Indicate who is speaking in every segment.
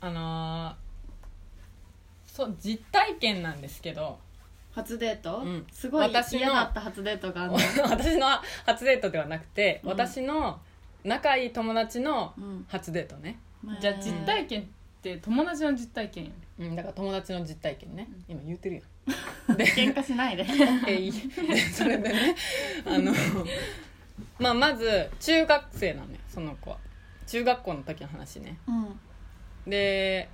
Speaker 1: あのーそう実体験なんですけど
Speaker 2: 初デート、
Speaker 1: うん
Speaker 2: すごい
Speaker 1: 私の
Speaker 2: 嫌だった初デートがあるの、
Speaker 1: 私の初デートではなくて、
Speaker 2: うん
Speaker 1: 私の仲いい友達の
Speaker 2: うん
Speaker 1: 初デートね、
Speaker 3: じゃあ実体験って友達の実体験やん
Speaker 1: うん、だから友達の実体験ね今言うてるやんで
Speaker 2: 喧嘩しないで
Speaker 1: えい それでねあの、まあ、まず中学生なのよその子は中学校の時の話ね
Speaker 2: うん
Speaker 1: で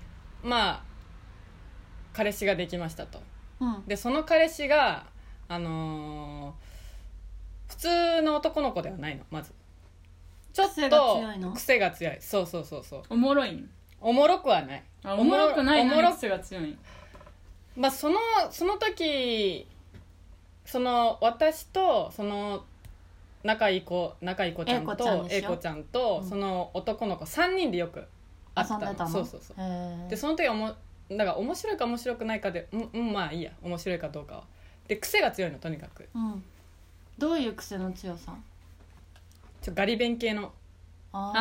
Speaker 1: まあ彼氏ができましたと
Speaker 2: うん
Speaker 1: でその彼氏があのー普通の男の子ではないのまずちょっと
Speaker 2: 癖が強いの
Speaker 1: 癖が強いそうそうそうそう
Speaker 3: おもろいん
Speaker 1: おもろくはない
Speaker 3: あおもろくない
Speaker 1: お
Speaker 3: の
Speaker 1: も
Speaker 3: に
Speaker 1: ろ
Speaker 3: 癖が強いん
Speaker 1: まあ、そのその時その私とその仲いい子仲いい子ちゃん
Speaker 2: A 子ちゃん
Speaker 1: と
Speaker 2: で
Speaker 1: 英
Speaker 2: しょ
Speaker 1: 子ちゃんと、
Speaker 2: うん
Speaker 1: その男の子3人でよく会って
Speaker 2: 遊んでたの
Speaker 1: そうそうそう
Speaker 2: へー
Speaker 1: でその時はおもだから面白いか面白くないかでうん、うん、まあいいや面白いかどうかはで癖が強いのとにかく
Speaker 2: うんどういう癖の強さ
Speaker 1: ちょガリ勉系の
Speaker 3: あ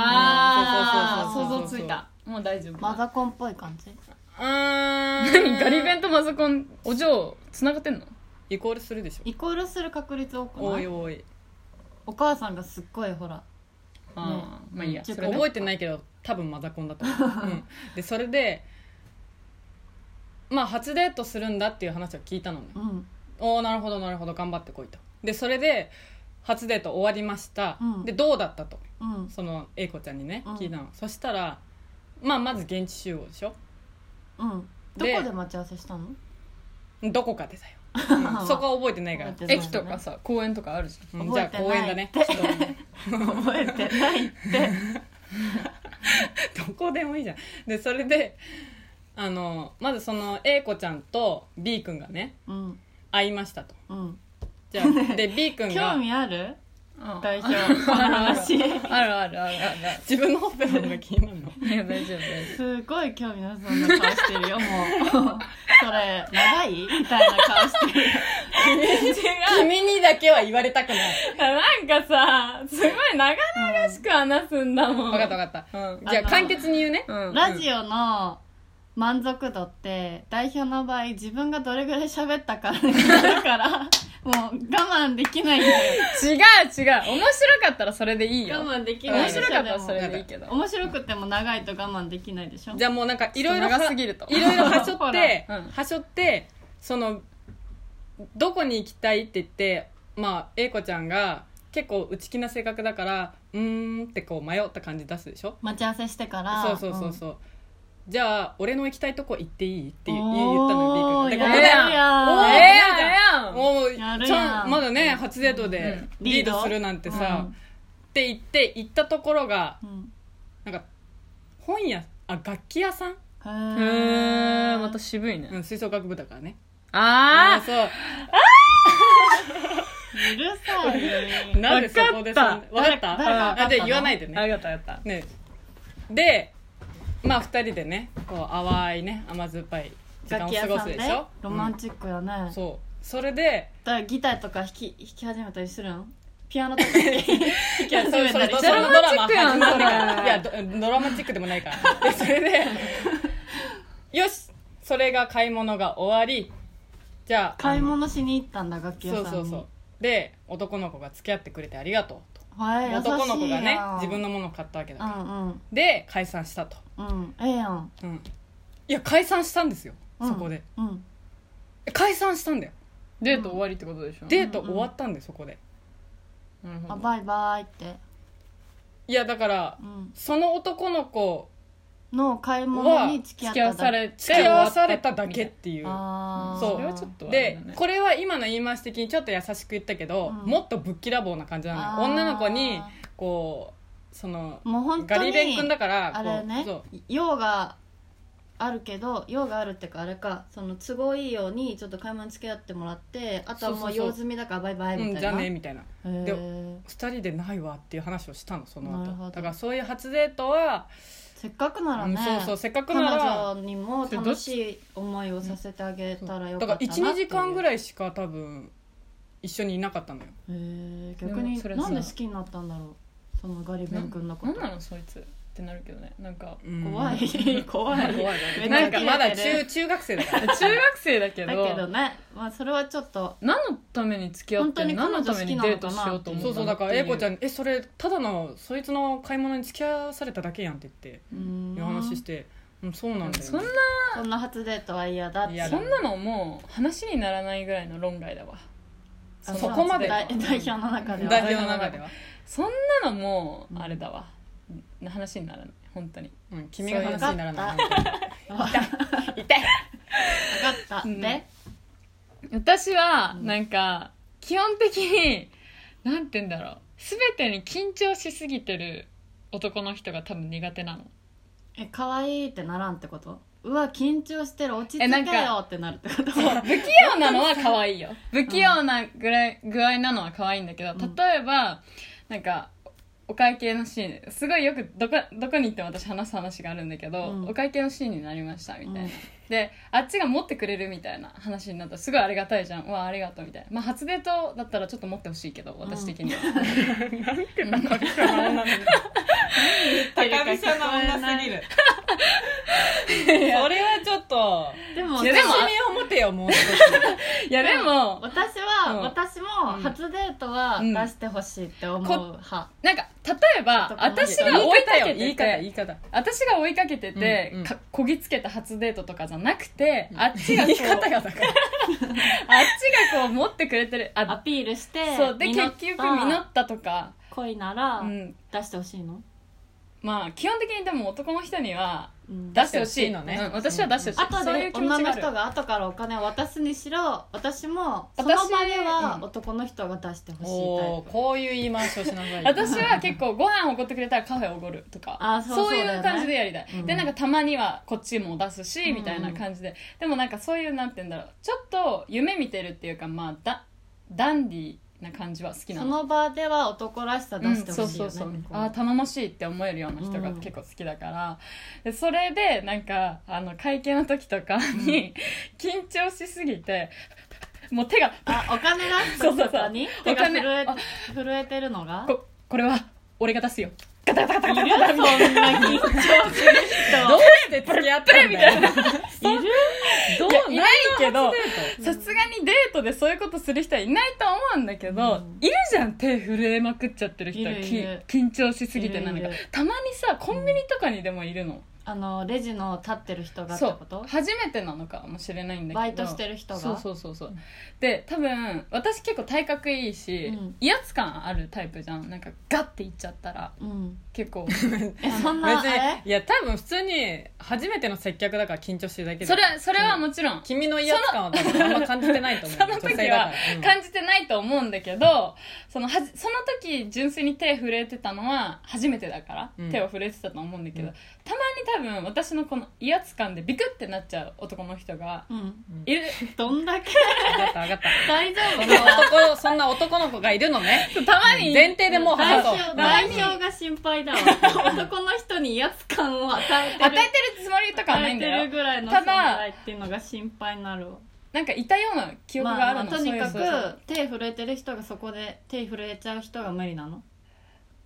Speaker 3: あ
Speaker 1: そうそうそうそう
Speaker 3: 想像ついたもう大丈夫
Speaker 2: マザコンっぽい感じ
Speaker 1: うーん
Speaker 3: 何ガリ弁とマザコンお嬢つながってんの
Speaker 1: イコールするでしょ
Speaker 2: イコールする確率多く
Speaker 1: お
Speaker 2: ないい
Speaker 1: おい
Speaker 2: お母さんがすっごいほら
Speaker 3: あーまあいいや
Speaker 2: ちょっ
Speaker 3: それ
Speaker 2: と
Speaker 3: ね
Speaker 1: 覚えてないけど多分マザコンだと思う、うん、でそれでまあ初デートするんだっていう話を聞いたのね
Speaker 2: うん
Speaker 1: おおなるほどなるほど頑張ってこいとでそれで初デート終わりました、
Speaker 2: うん
Speaker 1: でどうだったと
Speaker 2: うん
Speaker 1: その A 子ちゃんにね
Speaker 2: うん
Speaker 1: 聞いたの、そしたらまあまず現地集合でしょ
Speaker 2: うんど
Speaker 1: で
Speaker 2: こで待ち合わせしたの
Speaker 1: どこかでだよ、うんそこは覚えてないから、
Speaker 2: 覚えてない
Speaker 3: 駅とかさ公園とかあるじゃん
Speaker 1: うんじゃあ公園だね
Speaker 2: 覚え
Speaker 1: ちょっとね
Speaker 2: 覚えてないって
Speaker 1: どこでもいいじゃんでそれであのまずその A 子ちゃんと B 君がね
Speaker 2: うん
Speaker 1: 会いましたと
Speaker 2: うん
Speaker 1: じゃあ で B 君
Speaker 2: 興
Speaker 1: が
Speaker 2: 味ある
Speaker 3: うん
Speaker 2: 代表この話
Speaker 3: あるあるあるあるあ
Speaker 1: 自分のほっぺの方が気になるの
Speaker 3: るいや大丈夫大丈
Speaker 2: すごい興味なさそうな顔してるよもうそれ長いみたいな顔してる
Speaker 1: 君にだけは言われたくない
Speaker 3: 夫 なんかさすごい長々しく話すんだもん
Speaker 1: 分かった分かっ
Speaker 3: うん
Speaker 1: たじゃ
Speaker 2: あ
Speaker 1: あ
Speaker 2: の
Speaker 1: 簡潔に言うね
Speaker 3: うん
Speaker 2: ラジオの満足度って代表の場合自分がどれぐらい喋ったかになるからもう我慢できないんだよ
Speaker 3: 違う違う面白かったらそれでいいよ
Speaker 2: 我慢でき
Speaker 3: 面
Speaker 2: ない
Speaker 3: 白かったらそれでいいけど
Speaker 2: 面白くても長いと我慢できないでしょ
Speaker 1: じゃあもうなんかいろいろ
Speaker 3: ちょっと長すぎると
Speaker 1: いろいろはしょって
Speaker 3: ほらうん
Speaker 1: はしょってそのどこに行きたいって言ってまあ英子ちゃんが結構内気な性格だからうーんってこう迷った感じ出すでしょ
Speaker 2: 待ち合わせしてから
Speaker 1: そうそうそう
Speaker 2: う
Speaker 1: そう、じゃあ俺の行きたいとこ行っていいって
Speaker 2: ん
Speaker 1: 言う言ったのよ
Speaker 2: お
Speaker 1: B 君で
Speaker 2: ー
Speaker 1: こ
Speaker 2: や
Speaker 1: こ
Speaker 2: る
Speaker 1: で
Speaker 2: やん
Speaker 1: おー
Speaker 3: ええやんええやん
Speaker 1: もう
Speaker 2: やるやん
Speaker 1: ちゃんまだね初デート
Speaker 3: う
Speaker 1: で
Speaker 3: ん
Speaker 1: リードするなんてさ、
Speaker 2: うん
Speaker 1: って言って行ったところが
Speaker 2: うん
Speaker 1: なんか本屋あ楽器屋さん、
Speaker 2: へ
Speaker 3: へ
Speaker 2: ー
Speaker 3: えまた渋いね
Speaker 1: うん、吹奏楽部だからね
Speaker 3: あ
Speaker 1: ーそう
Speaker 2: うるさ い
Speaker 1: なんでそこでそん
Speaker 3: わかった
Speaker 1: わかった
Speaker 2: 誰がわかったの
Speaker 1: あで言わないで
Speaker 3: あ
Speaker 1: ね
Speaker 3: あよかったよかった
Speaker 1: ねでまあ2人でねこう淡いね甘酸っぱい時間
Speaker 2: 楽
Speaker 1: を
Speaker 2: 器屋
Speaker 1: 過ご
Speaker 2: さ
Speaker 1: す
Speaker 2: んで
Speaker 1: でしょ
Speaker 2: ロマン
Speaker 1: チ
Speaker 2: チックやね、
Speaker 1: ックそうそれで
Speaker 2: だからギターとか弾き弾き始めたりするんピア ノとか弾き弾き
Speaker 1: いや、そ
Speaker 2: 始
Speaker 1: れ、
Speaker 2: め
Speaker 1: そ
Speaker 2: た
Speaker 1: れ、
Speaker 2: り
Speaker 1: ド
Speaker 2: す
Speaker 1: ラ
Speaker 2: る
Speaker 1: マ始まって
Speaker 3: ドラマチックやんそ
Speaker 1: か
Speaker 3: れ
Speaker 1: ら。いや、ドドラマチックでもないから。で、それで、よしそれが買い物が終わり、じゃあ、
Speaker 2: 買い物しに行ったんだ楽器屋
Speaker 1: そ
Speaker 2: さん
Speaker 1: う
Speaker 2: に
Speaker 1: そうそう。で、男の子が付き合ってくれてありがとうと。
Speaker 2: はい優しいやん
Speaker 1: 男の子がね、自分のものを買ったわけだ
Speaker 2: う
Speaker 1: から。
Speaker 2: ん
Speaker 1: で、解散したと。
Speaker 2: うんうんええやん、
Speaker 1: うん。いや、解散したんですよ。
Speaker 2: うん、
Speaker 1: そこで。
Speaker 2: うん
Speaker 1: 解散したんだよ。
Speaker 3: デート終わりってことでしょ
Speaker 1: デート終わったんだよ、そこで。
Speaker 3: なるほ
Speaker 2: あ
Speaker 3: ど
Speaker 2: バイバイって、
Speaker 1: いや、だから
Speaker 2: う、ん、
Speaker 1: その男の子、
Speaker 2: の買い物に付き合
Speaker 3: 付
Speaker 2: っ
Speaker 3: き合わ
Speaker 2: ただけ
Speaker 3: されて
Speaker 1: 付き合わされただけっていう。
Speaker 2: あー
Speaker 1: そう
Speaker 3: それはちょっとあれ
Speaker 1: で
Speaker 3: だね
Speaker 1: これは今の言い回し的にちょっと優しく言ったけど、
Speaker 2: うん
Speaker 1: もっとぶっきらぼうな感じなのよ
Speaker 2: あー
Speaker 1: 女の子にこうその
Speaker 2: もう本当
Speaker 1: ガ
Speaker 2: に
Speaker 1: リ勉くんだからこ
Speaker 2: あ
Speaker 1: う
Speaker 2: れね
Speaker 1: そう
Speaker 2: 用があるけど用があるっていうかあれかその都合いいようにちょっと買い物に付き合ってもらってあとはも
Speaker 1: そう
Speaker 2: う
Speaker 1: そうそう
Speaker 2: 用済みだからバイバイみ
Speaker 1: うん、
Speaker 2: たい
Speaker 1: じ
Speaker 2: な、
Speaker 1: ゃあねみたいな
Speaker 2: へー
Speaker 1: 2人でないわっていう話をしたのその
Speaker 2: なるほ
Speaker 1: 後
Speaker 2: ど
Speaker 1: だからそういう初デートは、
Speaker 2: せっかくなら
Speaker 1: うん
Speaker 2: ね、
Speaker 1: そうそうせっかく
Speaker 2: 彼
Speaker 1: なら
Speaker 2: 女にも楽しい思いをさせてあげたらよ
Speaker 1: だか
Speaker 2: かっ
Speaker 1: ら
Speaker 2: たな
Speaker 1: 12時間ぐ
Speaker 2: い
Speaker 1: らいしか多分一緒にいなかったのよ
Speaker 2: へえ逆
Speaker 3: で
Speaker 2: に
Speaker 3: もそれ
Speaker 2: な
Speaker 3: さ
Speaker 2: んで好きになったんだろうそのガリベン君のこ
Speaker 3: な
Speaker 2: と
Speaker 3: んなのそいつってなるけどねなんか
Speaker 1: うん
Speaker 2: 怖い 怖い
Speaker 3: 怖い
Speaker 2: めっち
Speaker 1: な
Speaker 2: ゃ
Speaker 1: んか
Speaker 2: 切れてる
Speaker 1: まだ中中学生だから
Speaker 3: 中 学生だけ
Speaker 2: だけ
Speaker 3: ど
Speaker 2: どねまあそれはちょっと
Speaker 3: 何のために付き合って
Speaker 2: 本当に彼
Speaker 3: 何
Speaker 2: 女
Speaker 3: のためにデートしようと思ったの
Speaker 1: そうそうだから
Speaker 3: ってい
Speaker 1: 英子ちゃんに「えそれただのそいつの買い物に付き合わされただけやん」って言って
Speaker 2: う
Speaker 1: いう話して「うんそうなんだよね」
Speaker 3: そんな
Speaker 2: そんな初デートは嫌だって
Speaker 1: 嫌だ
Speaker 3: そんなのもう話にならないぐらいの論外だわ
Speaker 1: あ
Speaker 3: の
Speaker 1: そこまで
Speaker 2: 代代表の中では
Speaker 1: 代表の中では、
Speaker 3: そんなのもうあれだわ、うん話にならない本当に
Speaker 1: うん、君が話にならない
Speaker 2: わか
Speaker 3: 痛い
Speaker 2: った
Speaker 3: うん
Speaker 2: で
Speaker 3: 私は
Speaker 2: うん
Speaker 3: なんか基本的になんて言うんだろう全てに緊張しすぎてる男の人が多分苦手なの
Speaker 2: え可愛いってならんってことうわ緊張してる落ち着け
Speaker 3: えなんか
Speaker 2: よってなるってこと
Speaker 3: 不器用なのは可愛いよ不器用なぐらい具合なのは可愛いんだけど
Speaker 2: うん
Speaker 3: 例えばなんかお会計のシーンすごいよくどこどこに行っても私話す話があるんだけど、
Speaker 2: うん
Speaker 3: お会計のシーンになりましたみたいな、
Speaker 2: うん
Speaker 3: であっちが持ってくれるみたいな話になったらすごいありがたいじゃんうわありがとうみたいなまあ初デートだったらちょっと持ってほしいけど私的には、
Speaker 1: 高飛車な女すぎるそれはちょっと
Speaker 2: でも
Speaker 1: 慎
Speaker 3: い
Speaker 1: み
Speaker 3: やでも
Speaker 1: を持てよもう少し
Speaker 3: いやでも
Speaker 2: 私は、
Speaker 3: うん
Speaker 2: 私も初デートは
Speaker 3: うん
Speaker 2: 出してほしいって思う
Speaker 3: こ
Speaker 2: 派、
Speaker 3: なんか例えば
Speaker 2: 男の
Speaker 3: 私
Speaker 2: 人
Speaker 3: が追いかけてて
Speaker 1: 言い方よ言い方言い方
Speaker 3: 私が追いかけてて、
Speaker 1: うんうん
Speaker 3: かこぎつけた初デートとかじゃなくて、
Speaker 1: うん
Speaker 3: あっちがこ
Speaker 1: 言いう方がだから
Speaker 3: あっちがこう持ってくれてる
Speaker 2: ア
Speaker 3: あ
Speaker 2: ピールして
Speaker 3: そうで
Speaker 2: 実
Speaker 3: 結
Speaker 2: った
Speaker 3: 局実ったとか、
Speaker 2: 恋なら
Speaker 3: うん、
Speaker 2: 出してほしいの、
Speaker 3: まあ基本的にでも男の人には
Speaker 2: うん
Speaker 3: 出してほし
Speaker 1: 出してほし
Speaker 3: い
Speaker 1: いのね
Speaker 3: うん、私は出してほしい、
Speaker 2: あと
Speaker 3: そういう
Speaker 2: で
Speaker 3: 気持
Speaker 2: 女
Speaker 3: ちが
Speaker 2: の
Speaker 3: ある
Speaker 2: 人が後からお金を渡すにしろ私もその場
Speaker 3: 私
Speaker 2: では
Speaker 3: うん
Speaker 2: 男の人が出してほしいタイプ
Speaker 1: おーこういう言い回しをしなさいよ
Speaker 3: 私は結構ご飯おごってくれたらカフェおごるとか
Speaker 2: あそうそうだよね
Speaker 3: いう感じでやりたい、
Speaker 2: うん
Speaker 3: でなんかたまにはこっちも出すし、
Speaker 2: うん
Speaker 3: みたいな感じででもなんかそういうなんて言うんだろうちょっと夢見てるっていうかまあだダンディーな感じは好きな
Speaker 2: そ
Speaker 3: の
Speaker 2: の場では男らしさ出
Speaker 3: うん
Speaker 2: してほしいよね、
Speaker 3: そうそうそう
Speaker 2: 向こう
Speaker 3: あ
Speaker 2: は
Speaker 3: あ頼もしいって思えるような人が結構好きだから、でそれでなんかあの会計の時とかに緊張しすぎてもう手が
Speaker 2: あお金出す時とかに
Speaker 3: そうそうそ
Speaker 2: 手
Speaker 3: う
Speaker 2: が震
Speaker 3: お金
Speaker 2: え震えてるのが
Speaker 3: ここれは俺が出すよガタガタガタガタ
Speaker 2: いるそんな緊
Speaker 1: ど
Speaker 2: 張する
Speaker 1: うして付き合ったんだよ
Speaker 2: 人いる
Speaker 1: どう
Speaker 3: いやいないけど
Speaker 1: 初デート
Speaker 3: さすがにデートでそういうことする人はいないと思うんだけど、
Speaker 2: うん
Speaker 3: いるじゃん手震えまくっちゃってる人
Speaker 2: いる
Speaker 3: き
Speaker 2: いる
Speaker 3: 緊張しすぎてなんか
Speaker 2: いるいる
Speaker 3: たまにさコンビニとかにでもいるの、
Speaker 2: あのレジの立ってる人がって
Speaker 3: そう
Speaker 2: こと
Speaker 3: 初めてなのかもしれないんだけど
Speaker 2: バイトしてる人が
Speaker 3: そうそうそうそうで多分私結構体格いいし、
Speaker 2: うん
Speaker 3: 威圧感あるタイプじゃんなんかガッていっちゃったら
Speaker 2: うん
Speaker 3: 結構
Speaker 2: えそんな
Speaker 1: 別
Speaker 2: あれ
Speaker 1: にいや多分普通に初めての接客だから緊張してるだけで
Speaker 3: それはそれはもちろん
Speaker 1: 君の威圧感は多分あんま感じてないと思う
Speaker 3: その時は
Speaker 1: じ
Speaker 3: 感じてないと思うんだけどそのはじその時純粋に手震えてたのは初めてだから、
Speaker 1: うん
Speaker 3: 手を震えてたと思うんだけど、
Speaker 1: うん
Speaker 3: たまに多分私のこの威圧感でビクってなっちゃう男の人が
Speaker 2: うん
Speaker 3: い る
Speaker 2: どんだけ
Speaker 1: 分かった分かった
Speaker 2: 大丈
Speaker 1: そん
Speaker 2: 夫
Speaker 1: な男そんな男の子がいるのね
Speaker 3: たまに
Speaker 1: 前提でもう
Speaker 2: 代
Speaker 1: 話そう
Speaker 2: 表
Speaker 1: な
Speaker 2: 代表が心配だわ男の人に威圧感を与えて
Speaker 3: 与え
Speaker 2: る
Speaker 3: てるつもりとかはな
Speaker 2: 与
Speaker 3: い
Speaker 2: え
Speaker 3: んだ
Speaker 2: て
Speaker 3: よ
Speaker 2: るぐらいの
Speaker 3: た
Speaker 2: 存
Speaker 3: だ
Speaker 2: 在っていうのが心配になるわ
Speaker 3: なんかいたような記憶がある
Speaker 2: まあ
Speaker 3: の、
Speaker 2: まあとにかく
Speaker 3: そういうそう
Speaker 2: 手震えてる人がそこで手震えちゃう人が無理なの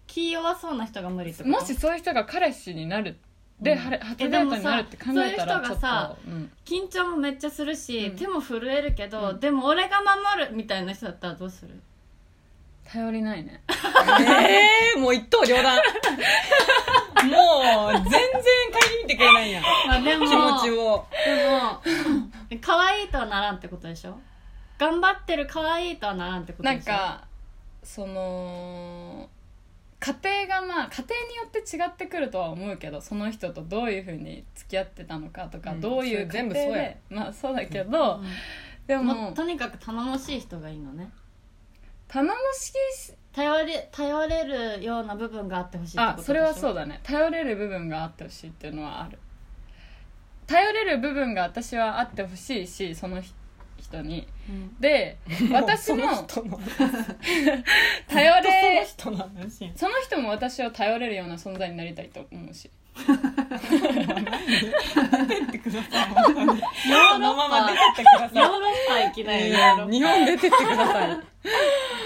Speaker 2: 気弱そうな人が無理って
Speaker 3: そう
Speaker 2: こと
Speaker 3: もしそういう人が彼氏になるで、
Speaker 2: うん
Speaker 3: はれ初デートになるって考えたら
Speaker 2: えで
Speaker 3: ちょ
Speaker 2: も
Speaker 3: っと
Speaker 2: さ
Speaker 3: うん
Speaker 2: 緊張もめっちゃするし、
Speaker 3: うん
Speaker 2: 手も震えるけど、
Speaker 3: うん
Speaker 2: でも俺が守るみたいな人だったらどう する
Speaker 3: 頼りないね
Speaker 1: ええもう一刀両 断もう全然顧みてくれないやん
Speaker 2: まあでも
Speaker 1: 気持ちを
Speaker 2: でも 可愛いとはならんってことでしょ頑張ってる可愛いとはならんってこと
Speaker 3: な
Speaker 2: でし
Speaker 3: ん
Speaker 2: ょ
Speaker 3: かその家庭がまあ家庭によって違ってくるとは思うけどその人とどういうふうに付き合ってたのかとか、
Speaker 1: うん
Speaker 3: どう
Speaker 1: そ
Speaker 3: いう家
Speaker 1: れ全
Speaker 3: 庭
Speaker 1: 部そうや
Speaker 3: でまあそうだけど、で
Speaker 2: うんも
Speaker 3: も
Speaker 2: うとにかく頼もしい人がいいのね
Speaker 3: 頼もしいし
Speaker 2: 頼れ頼れるような部分があってほしいってこと
Speaker 3: あ
Speaker 2: でしょ
Speaker 3: それはそ う
Speaker 2: だ
Speaker 3: だね頼れる部分があってほしいっていうのはある頼れる部分が私はあってほしいしその人人に で私も
Speaker 1: うその人の
Speaker 3: 頼れ
Speaker 1: その人の話
Speaker 3: その人も私を頼れるような存在になりたいと思うし
Speaker 1: 出てってください本当に
Speaker 2: ヨー
Speaker 1: その
Speaker 2: ロ
Speaker 1: ま
Speaker 2: ッ
Speaker 1: ま出
Speaker 2: パ
Speaker 1: てってくだ
Speaker 2: ヨー
Speaker 1: さ
Speaker 2: ロッパ行き
Speaker 1: い
Speaker 2: ないい
Speaker 1: や
Speaker 2: よ
Speaker 1: い
Speaker 2: ヨーロ
Speaker 1: や
Speaker 2: ッ
Speaker 1: 日本出てってください
Speaker 2: パで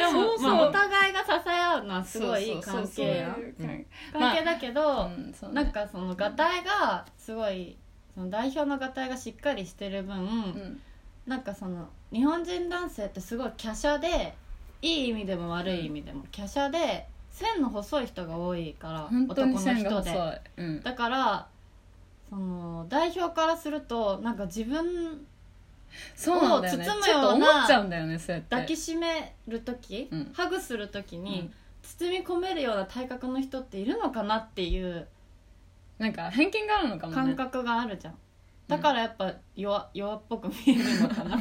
Speaker 2: も
Speaker 3: そうそう
Speaker 2: まあ、お互いが支え合うなすごいいい関係や
Speaker 3: そうそうそうそうい
Speaker 2: ん
Speaker 3: う関
Speaker 2: 関係だけど、
Speaker 3: まあうんそうね
Speaker 2: なんかそのがたいがすごいその代表のがたいがしっかりしてる分、
Speaker 3: うん
Speaker 2: なんかその日本人男性ってすごい華奢でいい意味でも悪い意味でも華奢で線の細い人が多いから
Speaker 3: 本当に線
Speaker 2: 男
Speaker 3: が
Speaker 2: の人
Speaker 3: 細い
Speaker 2: で
Speaker 3: うん
Speaker 2: だからその代表からするとなんか自分
Speaker 3: そうなんだよね
Speaker 2: 包む
Speaker 3: ちょっと
Speaker 2: よう
Speaker 3: 思
Speaker 2: な
Speaker 3: っちゃうんだよねそうやって
Speaker 2: 抱きしめる時、
Speaker 3: うん
Speaker 2: ハグする時
Speaker 3: う
Speaker 2: に
Speaker 3: ん
Speaker 2: 包み込めるような体格の人っているのかなっていう
Speaker 3: なんか偏見があるのかもね
Speaker 2: 感覚があるじゃん、だからやっぱ弱弱っぽく見えるのか な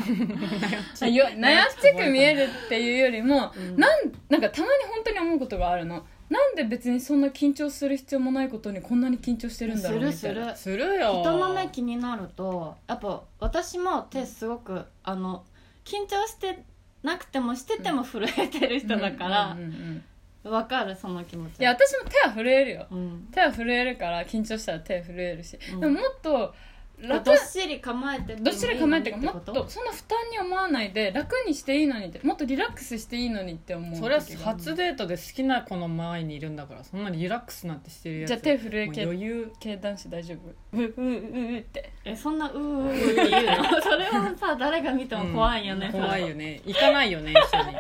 Speaker 3: あよ悩っちく見えるっていうよりも、
Speaker 2: うん
Speaker 3: なんなんかたまに本当に思うことがあるのなんで別にそんな緊張する必要もないことにこんなに緊張してるんだろうみたいな
Speaker 2: するする
Speaker 1: するよ
Speaker 2: 人の目気になるとやっぱ私も手すごくあの緊張してなくてもしてても震えてる人だから
Speaker 3: うんうんうんうん
Speaker 2: わかるその気持ち
Speaker 3: いや私も手は震えるよ
Speaker 2: うん
Speaker 3: 手は震えるから緊張したら手震えるし、
Speaker 2: うん
Speaker 3: でももっと楽
Speaker 2: どっしり構えてても
Speaker 3: どっしり構えて
Speaker 2: い
Speaker 3: る
Speaker 2: いのに
Speaker 3: からも
Speaker 2: っ
Speaker 3: って
Speaker 2: こと
Speaker 3: そんな負担に思わないで楽にしていいのにってもっとリラックスしていいのにって思う
Speaker 1: それは
Speaker 3: 時がある
Speaker 1: 初デートで好きな子の前にいるんだからそんなリラックスなんてしてるやつ
Speaker 3: じゃあ手震え
Speaker 1: もう
Speaker 3: 系
Speaker 1: 余裕
Speaker 3: 系男子大丈夫うううううって
Speaker 2: えそんなうーうーう ーって言うのそれはさ誰が見ても怖いよね、
Speaker 1: うん怖いよね行かないよね一緒に